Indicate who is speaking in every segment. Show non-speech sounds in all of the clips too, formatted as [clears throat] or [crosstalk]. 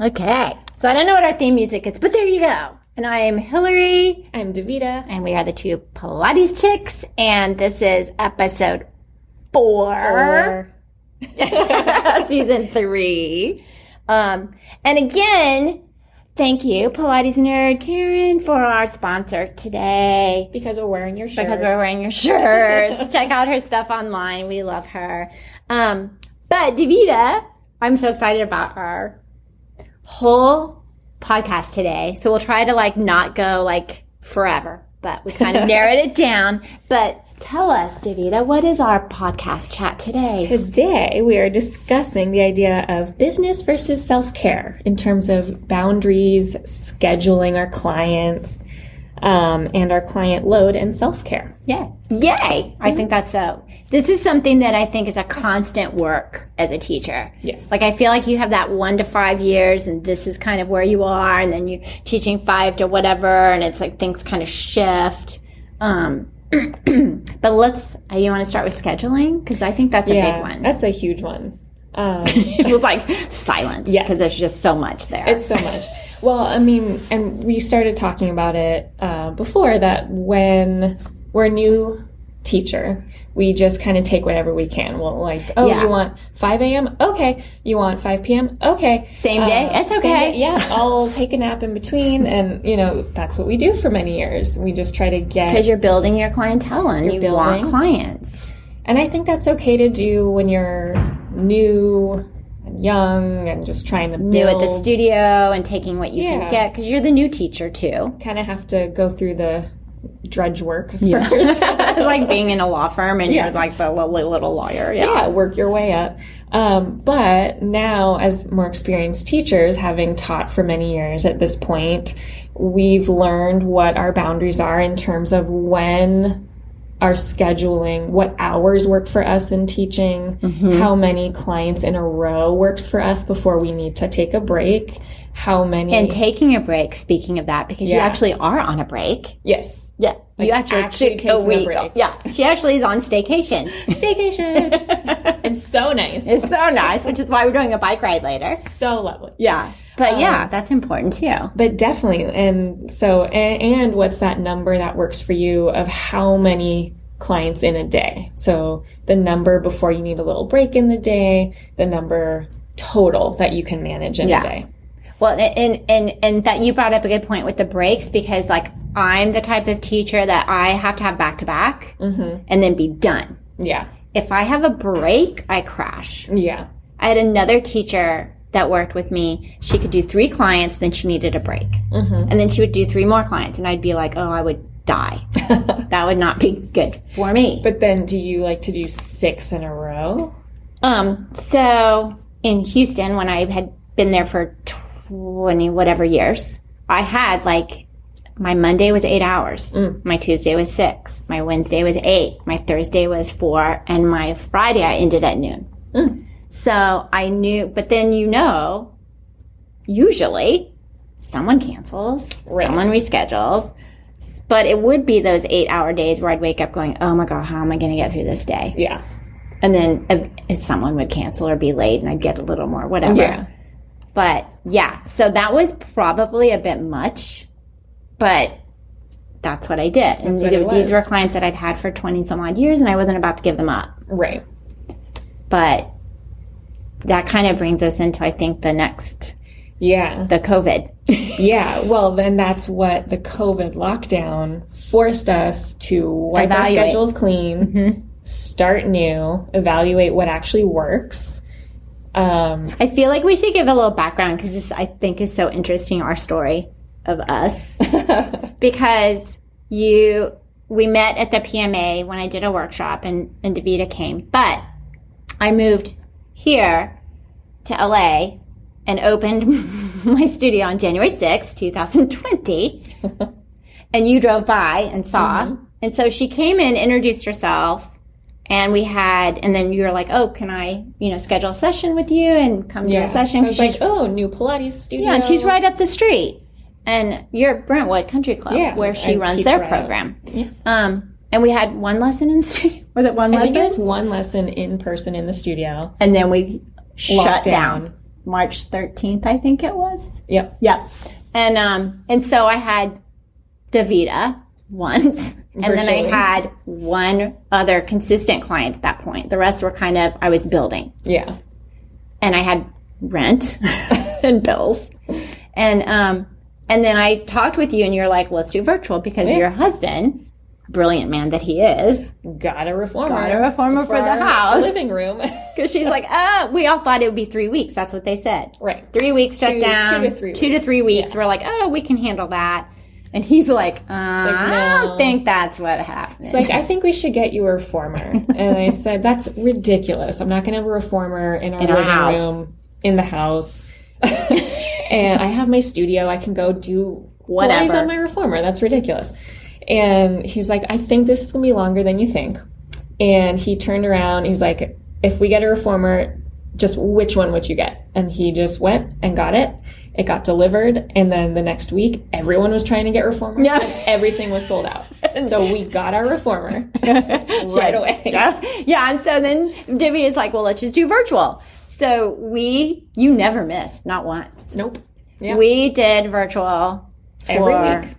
Speaker 1: Okay. So I don't know what our theme music is, but there you go. And I am Hillary,
Speaker 2: I'm Davita.
Speaker 1: and we are the two Pilates chicks, and this is episode Er. four,
Speaker 2: Or
Speaker 1: [laughs] season three. Um, and again, thank you, Pilates nerd Karen, for our sponsor today.
Speaker 2: because we're wearing your shirt.
Speaker 1: because we're wearing your shirts. Check out her stuff online. We love her. Um, but Davita, I'm so excited about our whole podcast today. So we'll try to like not go like forever, but we kind of narrowed it down. But tell us, Davita, what is our podcast chat today?
Speaker 2: Today, we are discussing the idea of business versus self care in terms of boundaries, scheduling our clients, um, and our client load and self care.
Speaker 1: Yeah. Yay! I think that's so. This is something that I think is a constant work as a teacher.
Speaker 2: Yes.
Speaker 1: Like I feel like you have that one to five years, and this is kind of where you are, and then you're teaching five to whatever, and it's like things kind of shift. Um, [clears throat] but let's. I you want to start with scheduling because I think that's a big one.
Speaker 2: [laughs] That's a huge one. Um,
Speaker 1: it was like silence.
Speaker 2: Yes.
Speaker 1: because there's just so much there.
Speaker 2: It's so much. Well, I mean, and we started talking about it uh, before that when we're a new teacher, we just kind of take whatever we can. Well, like, oh,
Speaker 1: Yeah.
Speaker 2: you want 5 a.m.? Okay. You want 5 p.m.? Okay. Uh,
Speaker 1: Same day? That's
Speaker 2: same
Speaker 1: okay.
Speaker 2: day- yeah, I'll take a nap in between. And, you know, that's what we do for many years. We just try to
Speaker 1: because
Speaker 2: get.
Speaker 1: you're building your clientele and you want
Speaker 2: building.
Speaker 1: clients.
Speaker 2: And I think that's okay to do when you're new and young and just trying to build.
Speaker 1: New at the studio and taking what you
Speaker 2: Yeah.
Speaker 1: can get because you're the new teacher too.
Speaker 2: kind of have to go through the drudge work first. [laughs]
Speaker 1: it's like being in a law firm and
Speaker 2: Yeah.
Speaker 1: you're like the little, little lawyer. Yeah.
Speaker 2: yeah, work your way up. Um, but now, as more experienced teachers, having taught for many years at this point, we've learned what our boundaries are in terms of when our scheduling, what hours work for us in teaching,
Speaker 1: Mm-hmm.
Speaker 2: how many clients in a row works for us before we need to take a break, how many.
Speaker 1: And taking a break, speaking of that, because you
Speaker 2: Yeah.
Speaker 1: actually are on a break. [laughs]
Speaker 2: yes.
Speaker 1: Yeah. you actually,
Speaker 2: actually
Speaker 1: took a
Speaker 2: taking a
Speaker 1: week.
Speaker 2: break.
Speaker 1: Yeah. She actually is on
Speaker 2: [laughs]
Speaker 1: staycation. [laughs]
Speaker 2: Staycation. it's so nice.
Speaker 1: it's so nice, which is why we're doing a bike ride later.
Speaker 2: so lovely.
Speaker 1: Yeah. But
Speaker 2: Um,
Speaker 1: yeah, that's important too.
Speaker 2: But definitely, and so, and, and what's that number that works for you of how many clients in a day? So the number before you need a little break in the day, the number total that you can manage in
Speaker 1: Yeah.
Speaker 2: a day.
Speaker 1: Well, and, and, and that you brought up a good point with the breaks because like I'm the type of teacher that I have to have back to back
Speaker 2: Mm-hmm.
Speaker 1: and then be done.
Speaker 2: Yeah,
Speaker 1: If I have a break, I crash.
Speaker 2: yeah,
Speaker 1: I had another teacher that worked with me. She could do three clients, then she needed a break. Mm-hmm. And then she would do three more clients. And I'd be like, oh, I would die. that would not be good for me.
Speaker 2: but then do you like to do six in a row?
Speaker 1: Um, so in Houston, when I had been there for 20 whatever years, I had like my Monday was eight hours, my Tuesday was six, my Wednesday was eight, my Thursday was four, and my Friday I ended at noon. So I knew, but then you know, usually someone cancels,
Speaker 2: Right.
Speaker 1: someone reschedules. But it would be those eight hour days where I'd wake up going, oh my God, how am I going to get through this day?
Speaker 2: Yeah,
Speaker 1: and then if, if someone would cancel or be late and i'd get a little more whatever
Speaker 2: yeah,
Speaker 1: but yeah so that was probably a bit much but that's what i did and
Speaker 2: what
Speaker 1: th-
Speaker 2: it
Speaker 1: these
Speaker 2: was.
Speaker 1: were clients that i'd had for 20 some odd years and i wasn't about to give them up
Speaker 2: right.
Speaker 1: but that kind of brings us into i think the next
Speaker 2: Yeah,
Speaker 1: the covid [laughs]
Speaker 2: yeah. Well, then that's what the COVID lockdown forced us to wipe
Speaker 1: Evaluate. Mm-hmm.
Speaker 2: our schedules clean, start new, evaluate what actually works.
Speaker 1: [laughs]
Speaker 2: Um,
Speaker 1: i feel like we should give a little background because this i think is so interesting our story of us because you we met at the PMA when I did a workshop and and Davita came, but I moved here to LA and opened [laughs] my studio on January sixth, two
Speaker 2: [laughs]
Speaker 1: 2020. and you drove by and saw.
Speaker 2: Mm-hmm.
Speaker 1: And so she came in, introduced herself, and we had and then you were like, "Oh, can I, you know, schedule a session with you and come to
Speaker 2: yeah.
Speaker 1: a session?"
Speaker 2: So it's
Speaker 1: She's-
Speaker 2: like, oh, new Pilates studio.
Speaker 1: yeah, and she's right up the street. and you're at Brentwood Country Club,
Speaker 2: Yeah,
Speaker 1: where she
Speaker 2: I
Speaker 1: runs
Speaker 2: teach
Speaker 1: their
Speaker 2: right.
Speaker 1: program.
Speaker 2: Yeah.
Speaker 1: Um, and we had one lesson in [laughs] studio. Was it one
Speaker 2: I think it was
Speaker 1: lesson?
Speaker 2: one lesson in person in the studio.
Speaker 1: And then we shut
Speaker 2: Locked
Speaker 1: down.
Speaker 2: down.
Speaker 1: March 13th, I think it was.
Speaker 2: Yep.
Speaker 1: Yep. And um, and so I had Davita once, [laughs] and then I
Speaker 2: Virtually.
Speaker 1: had one other consistent client at that point. The rest were kind of I was building,
Speaker 2: Yeah.
Speaker 1: and I had rent [laughs] and bills, and um, and then I talked with you, and you're like, let's do virtual because your husband, brilliant man that he is,
Speaker 2: Got a reformer.
Speaker 1: got a reformer for the
Speaker 2: our
Speaker 1: house. [laughs]
Speaker 2: Living room. [laughs]
Speaker 1: Because she's like, uh, we all thought it would be three weeks. That's what they said.
Speaker 2: right.
Speaker 1: three weeks shut
Speaker 2: Two-
Speaker 1: down.
Speaker 2: two to three
Speaker 1: to three weeks. We're like, oh, we can handle that. And he's like, uh, I don't
Speaker 2: no.
Speaker 1: think that's what happened.
Speaker 2: It's like, I think we should get you a reformer. and I said, that's ridiculous. I'm not going to have a reformer in our
Speaker 1: In our
Speaker 2: living
Speaker 1: house.
Speaker 2: room, in the house. [laughs] and I have my studio. I can go do
Speaker 1: Whatever.
Speaker 2: plays on my reformer. That's ridiculous. And he was like, I think this is going to be longer than you think. And he turned around. He was like, if we get a reformer, just which one would you get? And he just went and got it. It got delivered. And then the next week, everyone was trying to get reformers.
Speaker 1: Yeah.
Speaker 2: and [laughs] everything was sold out. So we got our
Speaker 1: [laughs]
Speaker 2: reformer [laughs] right away.
Speaker 1: yeah. yeah. And so then Divya is like, well, let's just do virtual. So we, you never missed, not once.
Speaker 2: Nope. Yeah.
Speaker 1: We did virtual for
Speaker 2: Every week.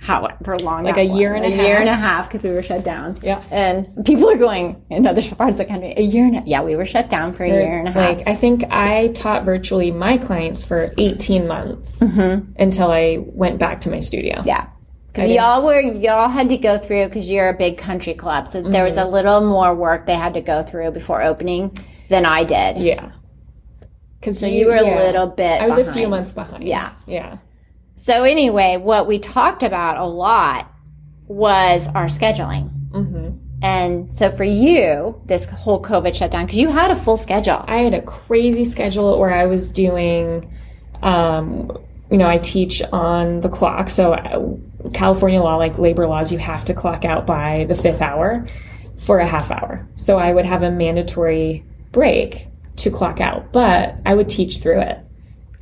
Speaker 1: How for long?
Speaker 2: Like
Speaker 1: that
Speaker 2: a year
Speaker 1: was.
Speaker 2: and
Speaker 1: a
Speaker 2: a
Speaker 1: year
Speaker 2: half.
Speaker 1: and a half because we were shut down.
Speaker 2: Yeah.
Speaker 1: and people are going in other parts of the country. A year and a, yeah, we were shut down for a year and a half.
Speaker 2: Like I think I taught virtually my clients for 18 months
Speaker 1: Mm-hmm.
Speaker 2: until I went back to my studio.
Speaker 1: Yeah. 'Cause y'all were y'all had to go through because you're a big country club, so there was a
Speaker 2: Mm-hmm.
Speaker 1: little more work they had to go through before opening than I did.
Speaker 2: Yeah. Cuz so
Speaker 1: You were a little bit.
Speaker 2: I was a few
Speaker 1: behind.
Speaker 2: months behind.
Speaker 1: Yeah.
Speaker 2: Yeah.
Speaker 1: So anyway, what we talked about a lot was our scheduling,
Speaker 2: Mm-hmm.
Speaker 1: and so for you, this whole COVID shutdown because you had a full schedule.
Speaker 2: I had a crazy schedule where I was doing, um, you know, I teach on the clock. So uh, California law, like labor laws, you have to clock out by the fifth hour for a half hour. So I would have a mandatory break to clock out, but I would teach through it.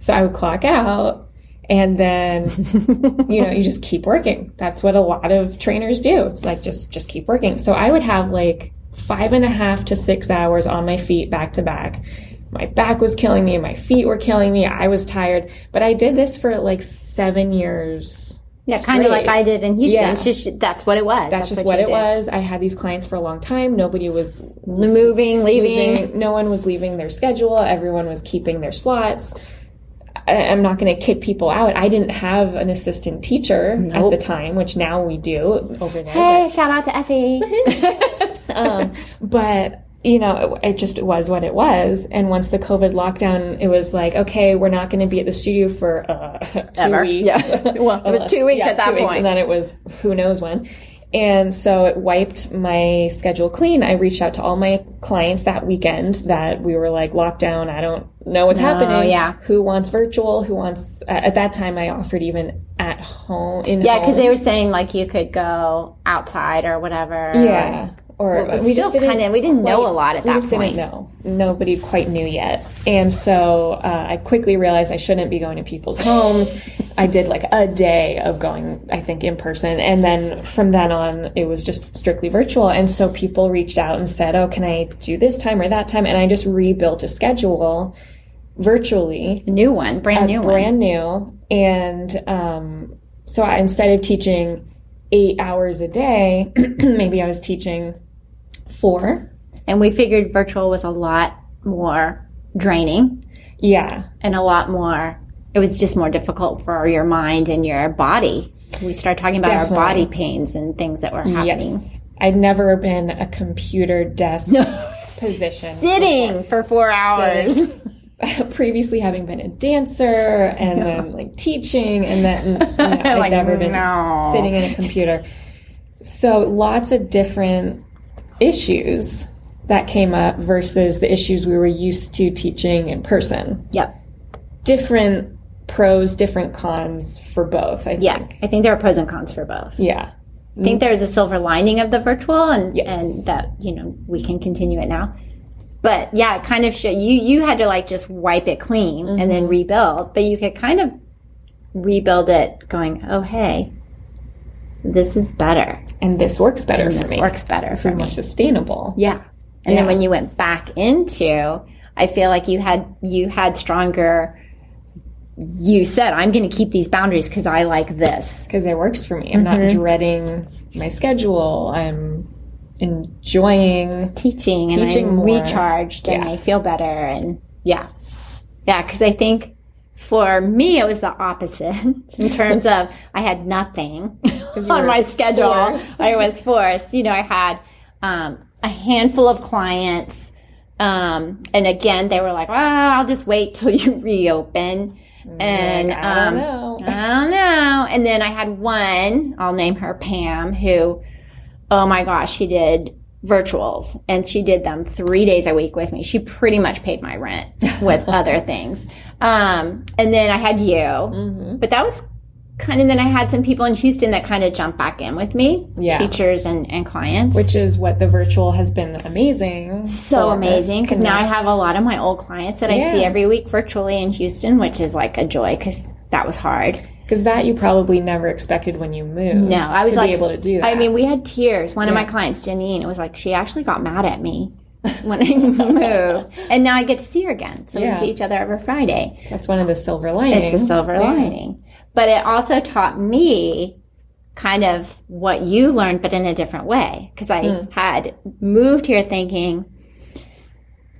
Speaker 2: So I would clock out and then
Speaker 1: [laughs]
Speaker 2: you know you just keep working that's what a lot of trainers do it's like just just keep working so i would have like five and a half to six hours on my feet back to back my back was killing me my feet were killing me i was tired but i did this for like seven years
Speaker 1: yeah, kind of like
Speaker 2: straight.
Speaker 1: I did in Houston.
Speaker 2: Yeah.
Speaker 1: It's just that's what it was.
Speaker 2: that's, just what,
Speaker 1: you
Speaker 2: it
Speaker 1: did.
Speaker 2: was i had these clients for a long time nobody was
Speaker 1: Moving, leaving.
Speaker 2: leaving. No one was leaving their schedule. Everyone was keeping their slots. I, I'm not going to kick people out. I didn't have an assistant teacher at the time, which now we do over there.
Speaker 1: Hey, shout out to Effie.
Speaker 2: But you know, it, it just was what it was. And once the COVID lockdown, it was like, okay, we're not going to be at the studio for uh, [laughs] two
Speaker 1: Ever.
Speaker 2: weeks.
Speaker 1: Yeah. [laughs] Well, it
Speaker 2: [laughs]
Speaker 1: was two weeks at that
Speaker 2: two weeks,
Speaker 1: point.
Speaker 2: and then it was who knows when. And so it wiped my schedule clean. I reached out to all my clients that weekend that we were like locked down. I don't know what's happening.
Speaker 1: yeah.
Speaker 2: Who wants virtual? Who wants, uh, at that time I offered even at home, in
Speaker 1: Yeah, because
Speaker 2: home.
Speaker 1: they were saying like you could go outside or whatever.
Speaker 2: Yeah.
Speaker 1: Well,
Speaker 2: Or
Speaker 1: it was
Speaker 2: we
Speaker 1: still
Speaker 2: just didn't
Speaker 1: kinda- we didn't know a lot at
Speaker 2: we
Speaker 1: that
Speaker 2: just
Speaker 1: point.
Speaker 2: Didn't know. Nobody quite knew yet, and so uh, I quickly realized I shouldn't be going to people's homes. I did like a day of going, I think, in person, and then from then on, it was just strictly virtual. And so people reached out and said, "Oh, can I do this time or that time?" And I just rebuilt a schedule virtually
Speaker 1: A new one, brand new one.
Speaker 2: brand new. And um, so I, instead of teaching eight hours a day, [clears throat] maybe I was teaching four.
Speaker 1: And we figured virtual was a lot more draining
Speaker 2: Yeah.
Speaker 1: and a lot more. It was just more difficult for your mind and your body. We started talking about
Speaker 2: Definitely.
Speaker 1: our body pains and things that were happening.
Speaker 2: Yes. I'd never been a computer desk [laughs]
Speaker 1: [laughs]
Speaker 2: position.
Speaker 1: Sitting for four hours.
Speaker 2: Previously, having been a dancer and then like teaching,
Speaker 1: [laughs]
Speaker 2: and then you know,
Speaker 1: Like,
Speaker 2: I'd never been
Speaker 1: no.
Speaker 2: sitting at a computer. So lots of different issues that came up versus the issues we were used to teaching in person.
Speaker 1: [laughs] Yep.
Speaker 2: Different pros, different cons for both, I
Speaker 1: Yeah.
Speaker 2: think.
Speaker 1: I think there are pros and cons for both.
Speaker 2: Yeah.
Speaker 1: I think there's a silver lining of the virtual and
Speaker 2: Yes.
Speaker 1: and that you know we can continue it now but yeah it Mm-hmm. kind of show you you had to like just wipe it clean and then rebuild but you could kind of rebuild it going, oh, hey, this is better.
Speaker 2: And this works better
Speaker 1: And
Speaker 2: for
Speaker 1: this
Speaker 2: me.
Speaker 1: works better
Speaker 2: This
Speaker 1: for
Speaker 2: is
Speaker 1: me.
Speaker 2: more sustainable.
Speaker 1: Yeah. And then
Speaker 2: Yeah.
Speaker 1: when you went back into, I feel like you had you had stronger. You said, "I'm going to keep these boundaries because I like this."
Speaker 2: Because it works for me. I'm not dreading my schedule. I'm enjoying
Speaker 1: Teaching,
Speaker 2: Teaching
Speaker 1: and I'm
Speaker 2: more.
Speaker 1: recharged, and
Speaker 2: Yeah.
Speaker 1: I feel better, and yeah, yeah. Because I think for me it was the opposite [laughs] in terms of I had nothing [laughs]
Speaker 2: you
Speaker 1: on
Speaker 2: were
Speaker 1: my schedule.
Speaker 2: forced.
Speaker 1: I was forced. You know, I had um, a handful of clients. Um, and again, they were like, well, I'll just wait till [laughs] you reopen.
Speaker 2: Mm,
Speaker 1: And
Speaker 2: like, I don't know.
Speaker 1: um, I don't know. And then I had one, I'll name her Pam, who, oh my gosh, she did virtuals and she did them three days a week with me. She pretty much paid my
Speaker 2: [laughs]
Speaker 1: rent with other things. Um, and then I had you,
Speaker 2: Mm-hmm.
Speaker 1: but that was kind of, then I had some people in Houston that kind of jumped back in with me,
Speaker 2: Yeah.
Speaker 1: teachers and, and clients
Speaker 2: which is what the virtual has been amazing.
Speaker 1: so
Speaker 2: for.
Speaker 1: amazing because now I have a lot of my old clients that I see
Speaker 2: Yeah.
Speaker 1: every week virtually in Houston, which is like a joy because that was hard.
Speaker 2: Because that you probably never expected when you moved.
Speaker 1: No, I was
Speaker 2: to
Speaker 1: like
Speaker 2: be able to do that.
Speaker 1: I mean, we had tears. One of my clients, Janine, it was like she actually got mad at
Speaker 2: [laughs]
Speaker 1: me when I moved, and now I get to see her again. So
Speaker 2: Yeah.
Speaker 1: we see each other every Friday.
Speaker 2: that's one of the silver linings.
Speaker 1: It's a silver lining, but it also taught me kind of what you learned, but in a different way because I
Speaker 2: Hmm.
Speaker 1: had moved here thinking.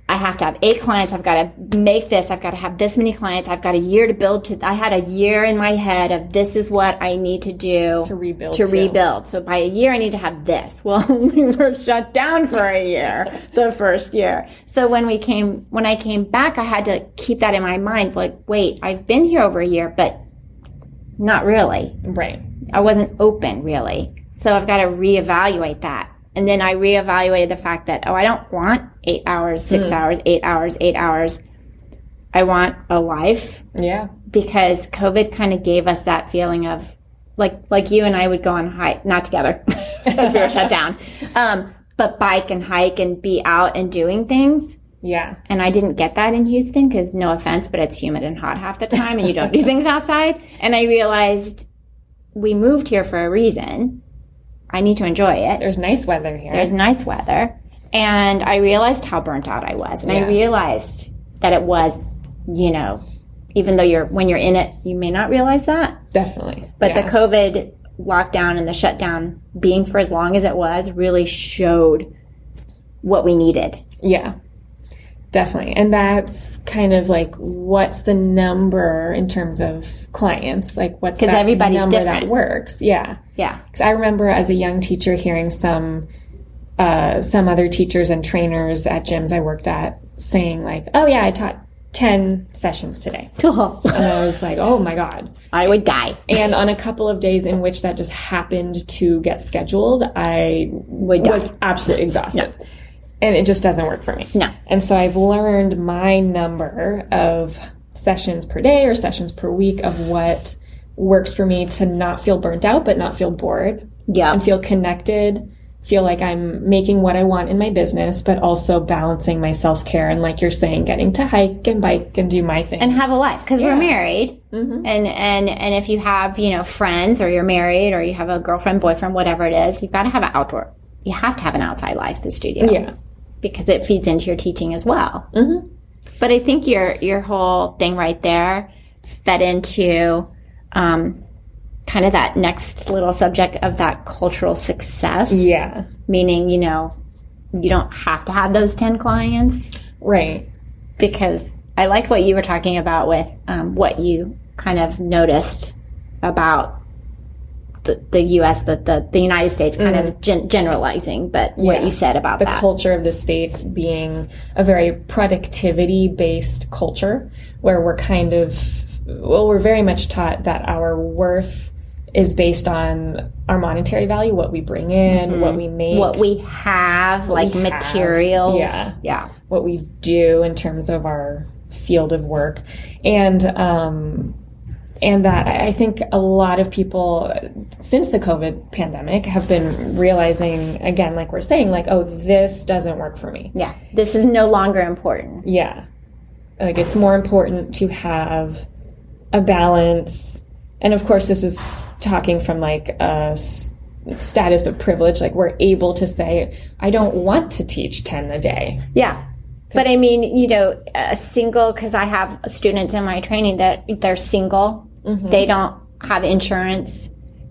Speaker 1: I have to have eight clients. I've got to make this. I've got to have this many clients. I've got a year to build to. I had a year in my head of this is what I need to do
Speaker 2: to rebuild.
Speaker 1: to
Speaker 2: too.
Speaker 1: rebuild. So by a year, I need to have this. [laughs] Well, we were shut down for a year, the first year. So when we came, when I came back, I had to keep that in my mind. Like, wait, I've been here over a year, but not really.
Speaker 2: Right.
Speaker 1: I wasn't open really. So I've got to reevaluate that. And then I reevaluated the fact that, oh, I don't want eight hours, six hours, eight hours, eight hours. I want a life
Speaker 2: Yeah.
Speaker 1: because COVID kind of gave us that feeling of like like you and I would go on hike not together [laughs] because we were shut down, um, but bike and hike and be out and doing things.
Speaker 2: Yeah.
Speaker 1: And I didn't get that in Houston because no offense, but it's humid and hot half the time, and you don't do things outside. And I realized we moved here for a reason. I need to enjoy it.
Speaker 2: There's nice weather here.
Speaker 1: There's nice weather, and I realized how burnt out I was, and
Speaker 2: Yeah.
Speaker 1: I realized that it was, you know, even though you're when you're in it, you may not realize that,
Speaker 2: Definitely.
Speaker 1: but
Speaker 2: yeah.
Speaker 1: the COVID lockdown and the shutdown being for as long as it was really showed what we needed.
Speaker 2: Yeah. Definitely. And that's kind of like what's the number in terms of clients? Like what's
Speaker 1: 'Cause
Speaker 2: that
Speaker 1: everybody's
Speaker 2: number that
Speaker 1: different.
Speaker 2: works? Yeah. [laughs]
Speaker 1: Yeah,
Speaker 2: Because I remember as a young teacher hearing some uh, some other teachers and trainers at gyms I worked at saying like, "Oh yeah, I taught ten sessions today," and I was like, "Oh my god!"
Speaker 1: I would die.
Speaker 2: And on a couple of days in which that just happened to get scheduled, I
Speaker 1: Would die.
Speaker 2: was absolutely exhausted. And it just doesn't work for me.
Speaker 1: No.
Speaker 2: And so I've learned my number of sessions per day or sessions per week of what works for me to not feel burnt out but not feel bored
Speaker 1: Yeah,
Speaker 2: and feel connected, feel like I'm making what I want in my business, but also balancing my self care and, like you're saying, getting to hike and bike and do my thing.
Speaker 1: and have a life because we're married,
Speaker 2: Mm-hmm.
Speaker 1: and and and if you have you know friends or you're married or you have a girlfriend, boyfriend, whatever it is, you've got to have an outdoor. You have to have an outside life. The studio.
Speaker 2: yeah,
Speaker 1: because it feeds into your teaching as well. Mm-hmm. But I think your your whole thing right there fed into um, kind of that next little subject of that cultural success,
Speaker 2: yeah,
Speaker 1: meaning you know you don't have to have those ten clients
Speaker 2: right.
Speaker 1: because I like what you were talking about with um, what you kind of noticed about. The, the U.S., the, the, the United States, kind of gen- generalizing, but what
Speaker 2: Mm-hmm. Yeah.
Speaker 1: you said about
Speaker 2: the
Speaker 1: that.
Speaker 2: culture of the states being a very productivity based culture where we're kind of well we're very much taught that our worth is based on our monetary value what we bring in what we make
Speaker 1: Mm-hmm. what we have, like
Speaker 2: we have,
Speaker 1: materials.
Speaker 2: yeah.
Speaker 1: Yeah.
Speaker 2: what we do in terms of our field of work and um, and that I I think a lot of people uh, since the COVID pandemic have been realizing again like we're saying like oh this doesn't work for me
Speaker 1: Yeah. This is no longer important.
Speaker 2: Yeah. Like it's more important to have a balance and of course this is talking from like a s- status of privilege like we're able to say i don't want to teach 10 a day
Speaker 1: Yeah. But I mean, you know, a single, because I have students in my training that they're single.
Speaker 2: Mm-hmm.
Speaker 1: They don't have insurance.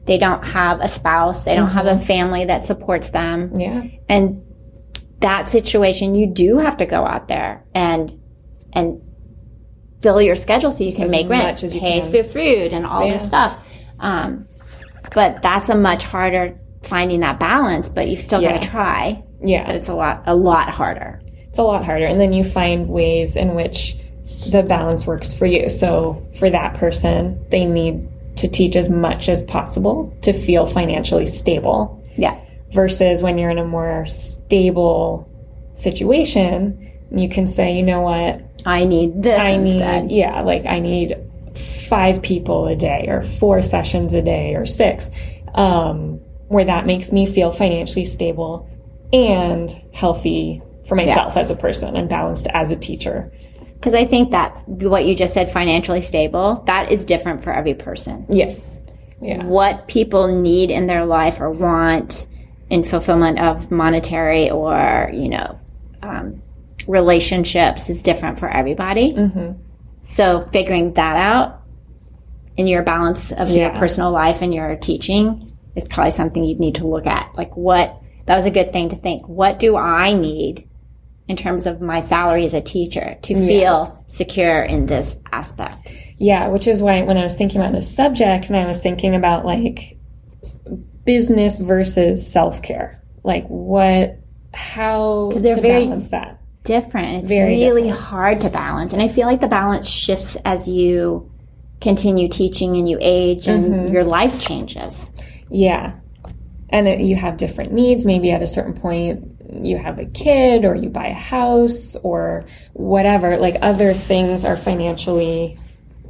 Speaker 1: They don't have a spouse. They don't
Speaker 2: Mm-hmm.
Speaker 1: have a family that supports them.
Speaker 2: yeah
Speaker 1: And that situation, you do have to go out there and, and fill your schedule so you can make rent,
Speaker 2: much as you
Speaker 1: pay
Speaker 2: can.
Speaker 1: for food and all this stuff. Um, but that's a much harder finding that balance, but you've still got
Speaker 2: Yeah.
Speaker 1: to try.
Speaker 2: yeah
Speaker 1: It's a lot, a lot harder.
Speaker 2: it's a lot harder. And then you find ways in which the balance works for you. So for that person, they need to teach as much as possible to feel financially stable
Speaker 1: Yeah.
Speaker 2: versus when you're in a more stable situation, you can say, you know what,
Speaker 1: I need this
Speaker 2: I need,
Speaker 1: instead.
Speaker 2: yeah, like I need five people a day or four sessions a day or six, um, where that makes me feel financially stable and healthy for myself as a person and balanced as a teacher.
Speaker 1: Because I think that what you just said, financially stable, that is different for every person.
Speaker 2: Yes. Yeah.
Speaker 1: What people need in their life or want in fulfillment of monetary or, you know, um, relationships is different for everybody. So figuring that out in your balance of your
Speaker 2: Yeah.
Speaker 1: personal life and your teaching is probably something you'd need to look at. Like what, that was a good thing to think. What do I need in terms of my salary as a teacher to feel secure in this aspect?
Speaker 2: Yeah. Which is why when I was thinking about this subject and I was thinking about like s- business versus self care, like what, how to
Speaker 1: they're very-
Speaker 2: balance that.
Speaker 1: Different. It's
Speaker 2: Very
Speaker 1: really hard to balance. And I feel like the balance shifts as you continue teaching and you age and your life changes.
Speaker 2: Yeah. And it, you have different needs. Maybe at a certain point, you have a kid or you buy a house or whatever. Like other things are financially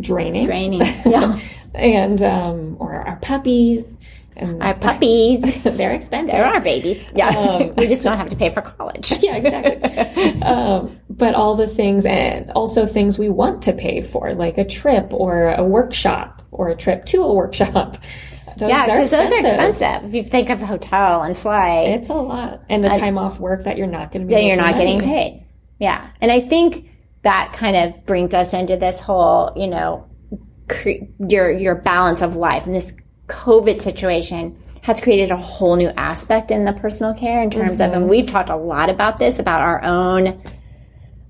Speaker 2: draining.
Speaker 1: Draining. [laughs] yeah.
Speaker 2: And, um, or our puppies. And
Speaker 1: Our puppies.
Speaker 2: [laughs] they're expensive.
Speaker 1: There are babies. Yeah. [laughs] we just don't have to pay for college.
Speaker 2: [laughs] yeah, exactly. um, but all the things, and also things we want to pay for, like a trip or a workshop or a trip to a workshop. [laughs] Those,
Speaker 1: Yeah,
Speaker 2: they're
Speaker 1: because those are expensive. If you think of hotel and flight,
Speaker 2: It's a lot. And the time off work that you're not going to be
Speaker 1: that you're not
Speaker 2: making
Speaker 1: getting
Speaker 2: money.
Speaker 1: paid. Yeah. And I think that kind of brings us into this whole, you know, cre- your your balance of life and this COVID situation has created a whole new aspect in the personal care in terms of, and we've talked a lot about this about our own,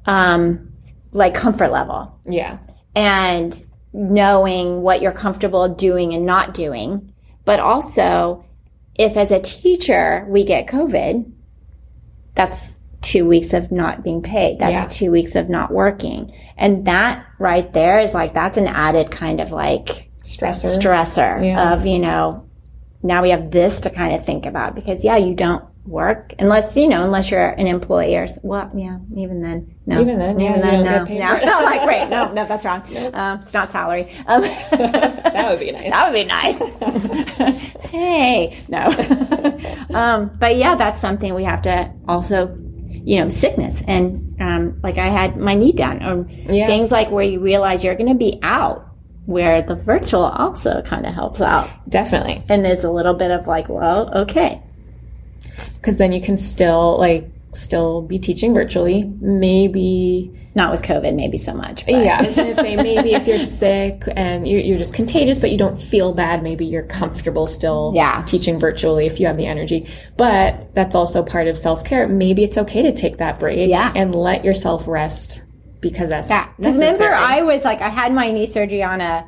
Speaker 1: um, like comfort level
Speaker 2: Yeah.
Speaker 1: and knowing what you're comfortable doing and not doing. But also, if as a teacher we get COVID, that's two weeks of not being paid. That's two weeks of not working. And that right there is like, that's an added kind of like
Speaker 2: Stressor.
Speaker 1: stressor
Speaker 2: Yeah.
Speaker 1: of, you know, now we have this to kind of think about because, yeah, you don't work unless, you know, unless you're an employee or, s- well, yeah, even then, no.
Speaker 2: Even then, yeah,
Speaker 1: even
Speaker 2: you
Speaker 1: then,
Speaker 2: don't
Speaker 1: no.
Speaker 2: get paid
Speaker 1: No,
Speaker 2: for
Speaker 1: [laughs]
Speaker 2: it.
Speaker 1: no, like, great.
Speaker 2: [laughs]
Speaker 1: No, no, that's wrong. Um, it's not salary. Um,
Speaker 2: that would be nice.
Speaker 1: that would be nice. [laughs] hey, no. [laughs] um, but yeah, that's something we have to also, you know, sickness and um, like I had my knee done, or
Speaker 2: Yeah.
Speaker 1: things like where you realize you're going to be out, where the virtual also kind of helps out,
Speaker 2: Definitely.
Speaker 1: and it's a little bit of like, well, okay,
Speaker 2: Because then you can still, like, still be teaching virtually. Maybe.
Speaker 1: not with COVID, maybe so much. But
Speaker 2: Yeah. I was going to say, maybe
Speaker 1: [laughs]
Speaker 2: if you're sick and you're, you're just contagious, but you don't feel bad, maybe you're comfortable still
Speaker 1: Yeah.
Speaker 2: teaching virtually if you have the energy. But that's also part of self care. Maybe it's okay to take that break
Speaker 1: Yeah.
Speaker 2: and let yourself rest because
Speaker 1: [laughs]
Speaker 2: that's.
Speaker 1: Yeah. 'Cause Remember, I was like, I had my knee surgery on a,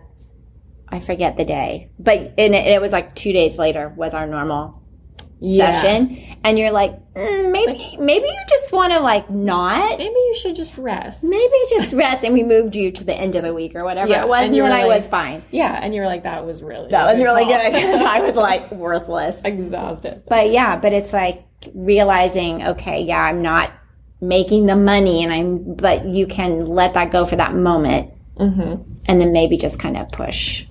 Speaker 1: I forget the day, but and it, it was like two days later was our normal
Speaker 2: Yeah.
Speaker 1: session, and you're like, mm, maybe, maybe you just want to like not.
Speaker 2: Maybe you should just
Speaker 1: [laughs]
Speaker 2: rest.
Speaker 1: Maybe just rest, and we moved you to the end of the week or whatever
Speaker 2: Yeah,
Speaker 1: it was,
Speaker 2: and
Speaker 1: and
Speaker 2: you
Speaker 1: you and
Speaker 2: were
Speaker 1: I
Speaker 2: like-
Speaker 1: was fine.
Speaker 2: Yeah. And you were like, that was really.
Speaker 1: That was really
Speaker 2: call.
Speaker 1: good [laughs] because I was like worthless.
Speaker 2: [laughs] Exhausted.
Speaker 1: But yeah, but it's like realizing, okay, yeah, I'm not making the money, and I'm, but you can let that go for that moment,
Speaker 2: Mm-hmm.
Speaker 1: and then maybe just kind of push.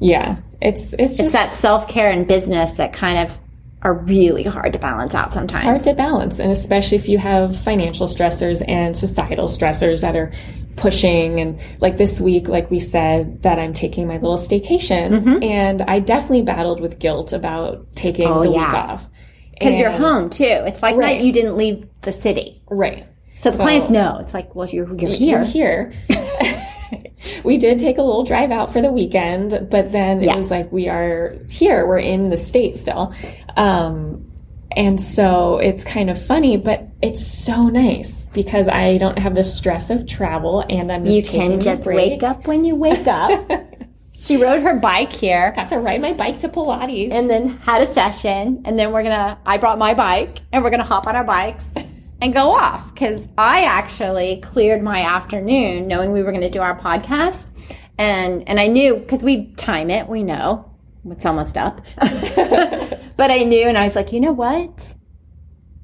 Speaker 2: Yeah, it's it's just
Speaker 1: It's that self care and business that kind of are really hard to balance out sometimes.
Speaker 2: hard to balance and especially if you have financial stressors and societal stressors that are pushing and like this week like we said that i'm taking my little staycation and i definitely battled with guilt about taking the week
Speaker 1: yeah.
Speaker 2: off
Speaker 1: Because you're
Speaker 2: And-
Speaker 1: home too. It's like
Speaker 2: Right.
Speaker 1: not you didn't leave the city.
Speaker 2: right
Speaker 1: So the clients know. It's like, well, you're, you're
Speaker 2: You're
Speaker 1: here.
Speaker 2: here. [laughs] we did take a little drive out for the weekend, but then it
Speaker 1: Yeah.
Speaker 2: was like we are here. We're in the state still. Um, and so it's kind of funny, but it's so nice because I don't have the stress of travel and I'm just
Speaker 1: You
Speaker 2: taking
Speaker 1: can
Speaker 2: a
Speaker 1: just
Speaker 2: break. [laughs]
Speaker 1: wake up when you wake up. she rode her bike here
Speaker 2: Got to ride my bike to Pilates.
Speaker 1: and then had a session. And then we're going to, I brought my bike and we're going to hop on our bikes and go off. Because I actually cleared my afternoon knowing we were going to do our podcast. And, and I knew because we time it, we know it's almost up. [laughs] but I knew and I was like, you know what?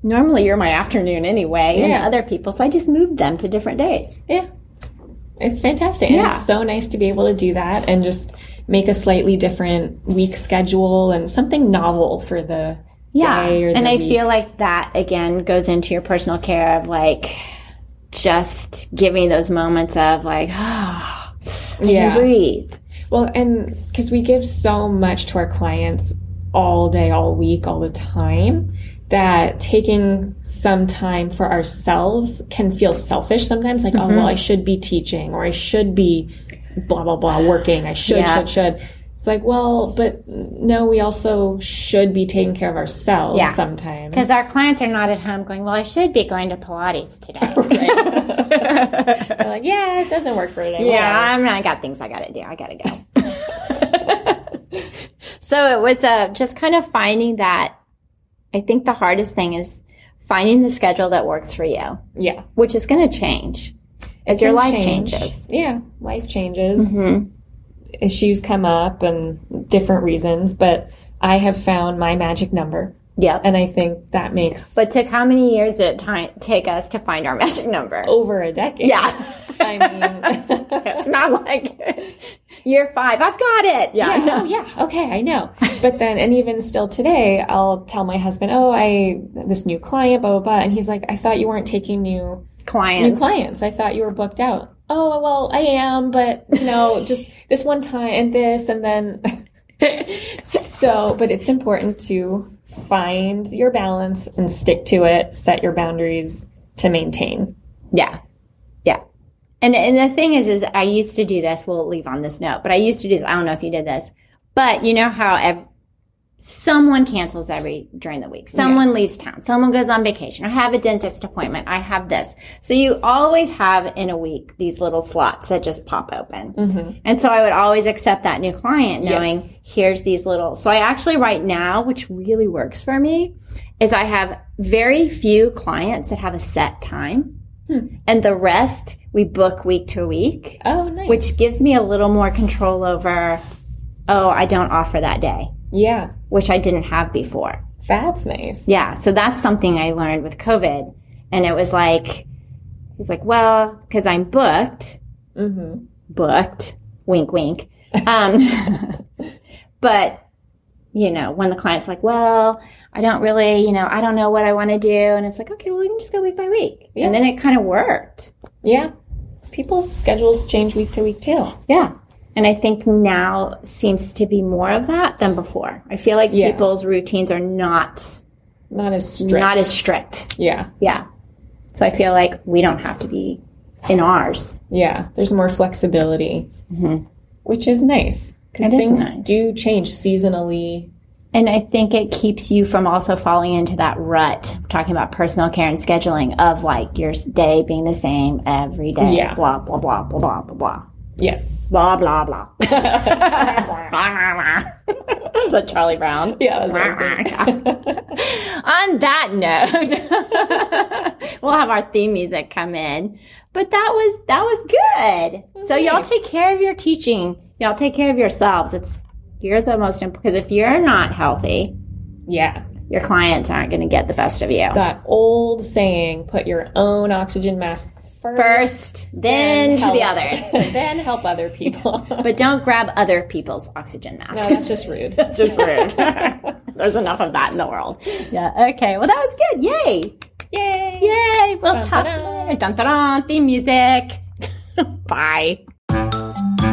Speaker 1: Normally you're my afternoon anyway and
Speaker 2: Yeah.
Speaker 1: other people. So I just moved them to different days.
Speaker 2: yeah. It's fantastic.
Speaker 1: Yeah.
Speaker 2: And it's so nice to be able to do that and just make a slightly different week schedule and something novel for the
Speaker 1: yeah
Speaker 2: day or
Speaker 1: and
Speaker 2: the
Speaker 1: i
Speaker 2: week.
Speaker 1: feel like that again goes into your personal care of like just giving those moments of like [sighs] ah,
Speaker 2: yeah.
Speaker 1: breathe
Speaker 2: Well, and because we give so much to our clients all day, all week, all the time, that taking some time for ourselves can feel selfish sometimes. Like,
Speaker 1: Mm-hmm.
Speaker 2: oh, well, I should be teaching or I should be blah, blah, blah, working. I should,
Speaker 1: Yeah.
Speaker 2: should, should. It's like, well, but no, we also should be taking care of ourselves
Speaker 1: Yeah.
Speaker 2: sometimes.
Speaker 1: because our clients are not at home going well i should be going to pilates [laughs] today
Speaker 2: We're like, yeah, it doesn't work for
Speaker 1: [laughs]
Speaker 2: today.
Speaker 1: yeah i'm not i got things i gotta do i gotta [laughs] go so it was uh, just kind of finding that i think the hardest thing is finding the schedule that works for you
Speaker 2: Yeah.
Speaker 1: which is going to change as your
Speaker 2: can
Speaker 1: life
Speaker 2: change. Mm-hmm.
Speaker 1: changes
Speaker 2: Yeah, life changes. Issues come up and different reasons, but I have found my magic number.
Speaker 1: Yep.
Speaker 2: And I think that makes
Speaker 1: But took how many years did it ti- take us to find our [laughs] magic number?
Speaker 2: over a decade.
Speaker 1: Yeah.
Speaker 2: [laughs] I mean,
Speaker 1: it's not like [laughs] year five, I've got it. Yeah.
Speaker 2: yeah, no, yeah, okay, I know. But then, and even still today, I'll tell my husband, oh, I, this new client, blah, blah, blah. And he's like, I thought you weren't taking new new
Speaker 1: Clients.
Speaker 2: clients. I thought you were booked out. Oh, well, I am, but you
Speaker 1: [laughs]
Speaker 2: know, just this one time and this and then. [laughs] so, but it's important to find your balance and stick to it, set your boundaries to maintain.
Speaker 1: Yeah. Yeah. And, and the thing is, is I used to do this. We'll leave on this note, but I used to do this. I don't know if you did this, but you know how ev- someone cancels every during the week. Someone leaves town. Someone goes on vacation. I have a dentist appointment. I have this. So you always have in a week these little slots that just pop open. And so I would always accept that new client knowing
Speaker 2: Yes.
Speaker 1: here's these little. So I actually right now, which really works for me, is I have very few clients that have a set time. And the rest we book week to week,
Speaker 2: Oh, nice.
Speaker 1: which gives me a little more control over, oh, I don't offer that day,
Speaker 2: yeah,
Speaker 1: which I didn't have before.
Speaker 2: that's nice.
Speaker 1: Yeah. So that's something I learned with COVID. And it was like, he's like, well, because I'm booked,
Speaker 2: Mm-hmm.
Speaker 1: booked, wink, wink. Um, [laughs] but, you know, when the client's like, well, I don't really, you know, I don't know what I want to do. And it's like, okay, well, we can just go week by week.
Speaker 2: Yeah.
Speaker 1: And then it kind of worked.
Speaker 2: Yeah. 'Cause People's schedules change week to week too.
Speaker 1: Yeah. And I think now seems to be more of that than before. I feel like
Speaker 2: Yeah.
Speaker 1: people's routines are not
Speaker 2: Not as strict.
Speaker 1: not as strict.
Speaker 2: yeah.
Speaker 1: Yeah. So I feel like we don't have to be in ours.
Speaker 2: Yeah, there's more flexibility, which is nice because
Speaker 1: Mm-hmm. It is
Speaker 2: things
Speaker 1: nice.
Speaker 2: do change seasonally.
Speaker 1: And I think it keeps you from also falling into that rut, talking about personal care and scheduling of like your s- day being the same every day.
Speaker 2: Yeah.
Speaker 1: Blah, blah, blah, blah, blah, blah, blah.
Speaker 2: Yes.
Speaker 1: Blah, blah,
Speaker 2: [laughs]
Speaker 1: blah. [laughs] Is that Charlie Brown?
Speaker 2: Yeah, that's what I was thinking.
Speaker 1: On that note, [laughs] we'll have our theme music come in. But that was that was good. So y'all take care of your teaching. Y'all take care of yourselves. It's you're the most important because if you're not healthy,
Speaker 2: [laughs] Yeah.
Speaker 1: your clients aren't going to get the best of you.
Speaker 2: That old saying, put your own oxygen mask first,
Speaker 1: first, then to
Speaker 2: help-
Speaker 1: the others.
Speaker 2: [laughs]
Speaker 1: [laughs]
Speaker 2: then help other people.
Speaker 1: But don't grab other people's oxygen
Speaker 2: no,
Speaker 1: mask.
Speaker 2: that's just
Speaker 1: [laughs]
Speaker 2: rude.
Speaker 1: It's just rude. There's enough of that in the world. Yeah. Okay. Well, that was good. Yay.
Speaker 2: Yay!
Speaker 1: Yay. We'll talk
Speaker 2: Dun-dun-dun.
Speaker 1: later. Dun, dun, dun, theme music. [laughs] Bye.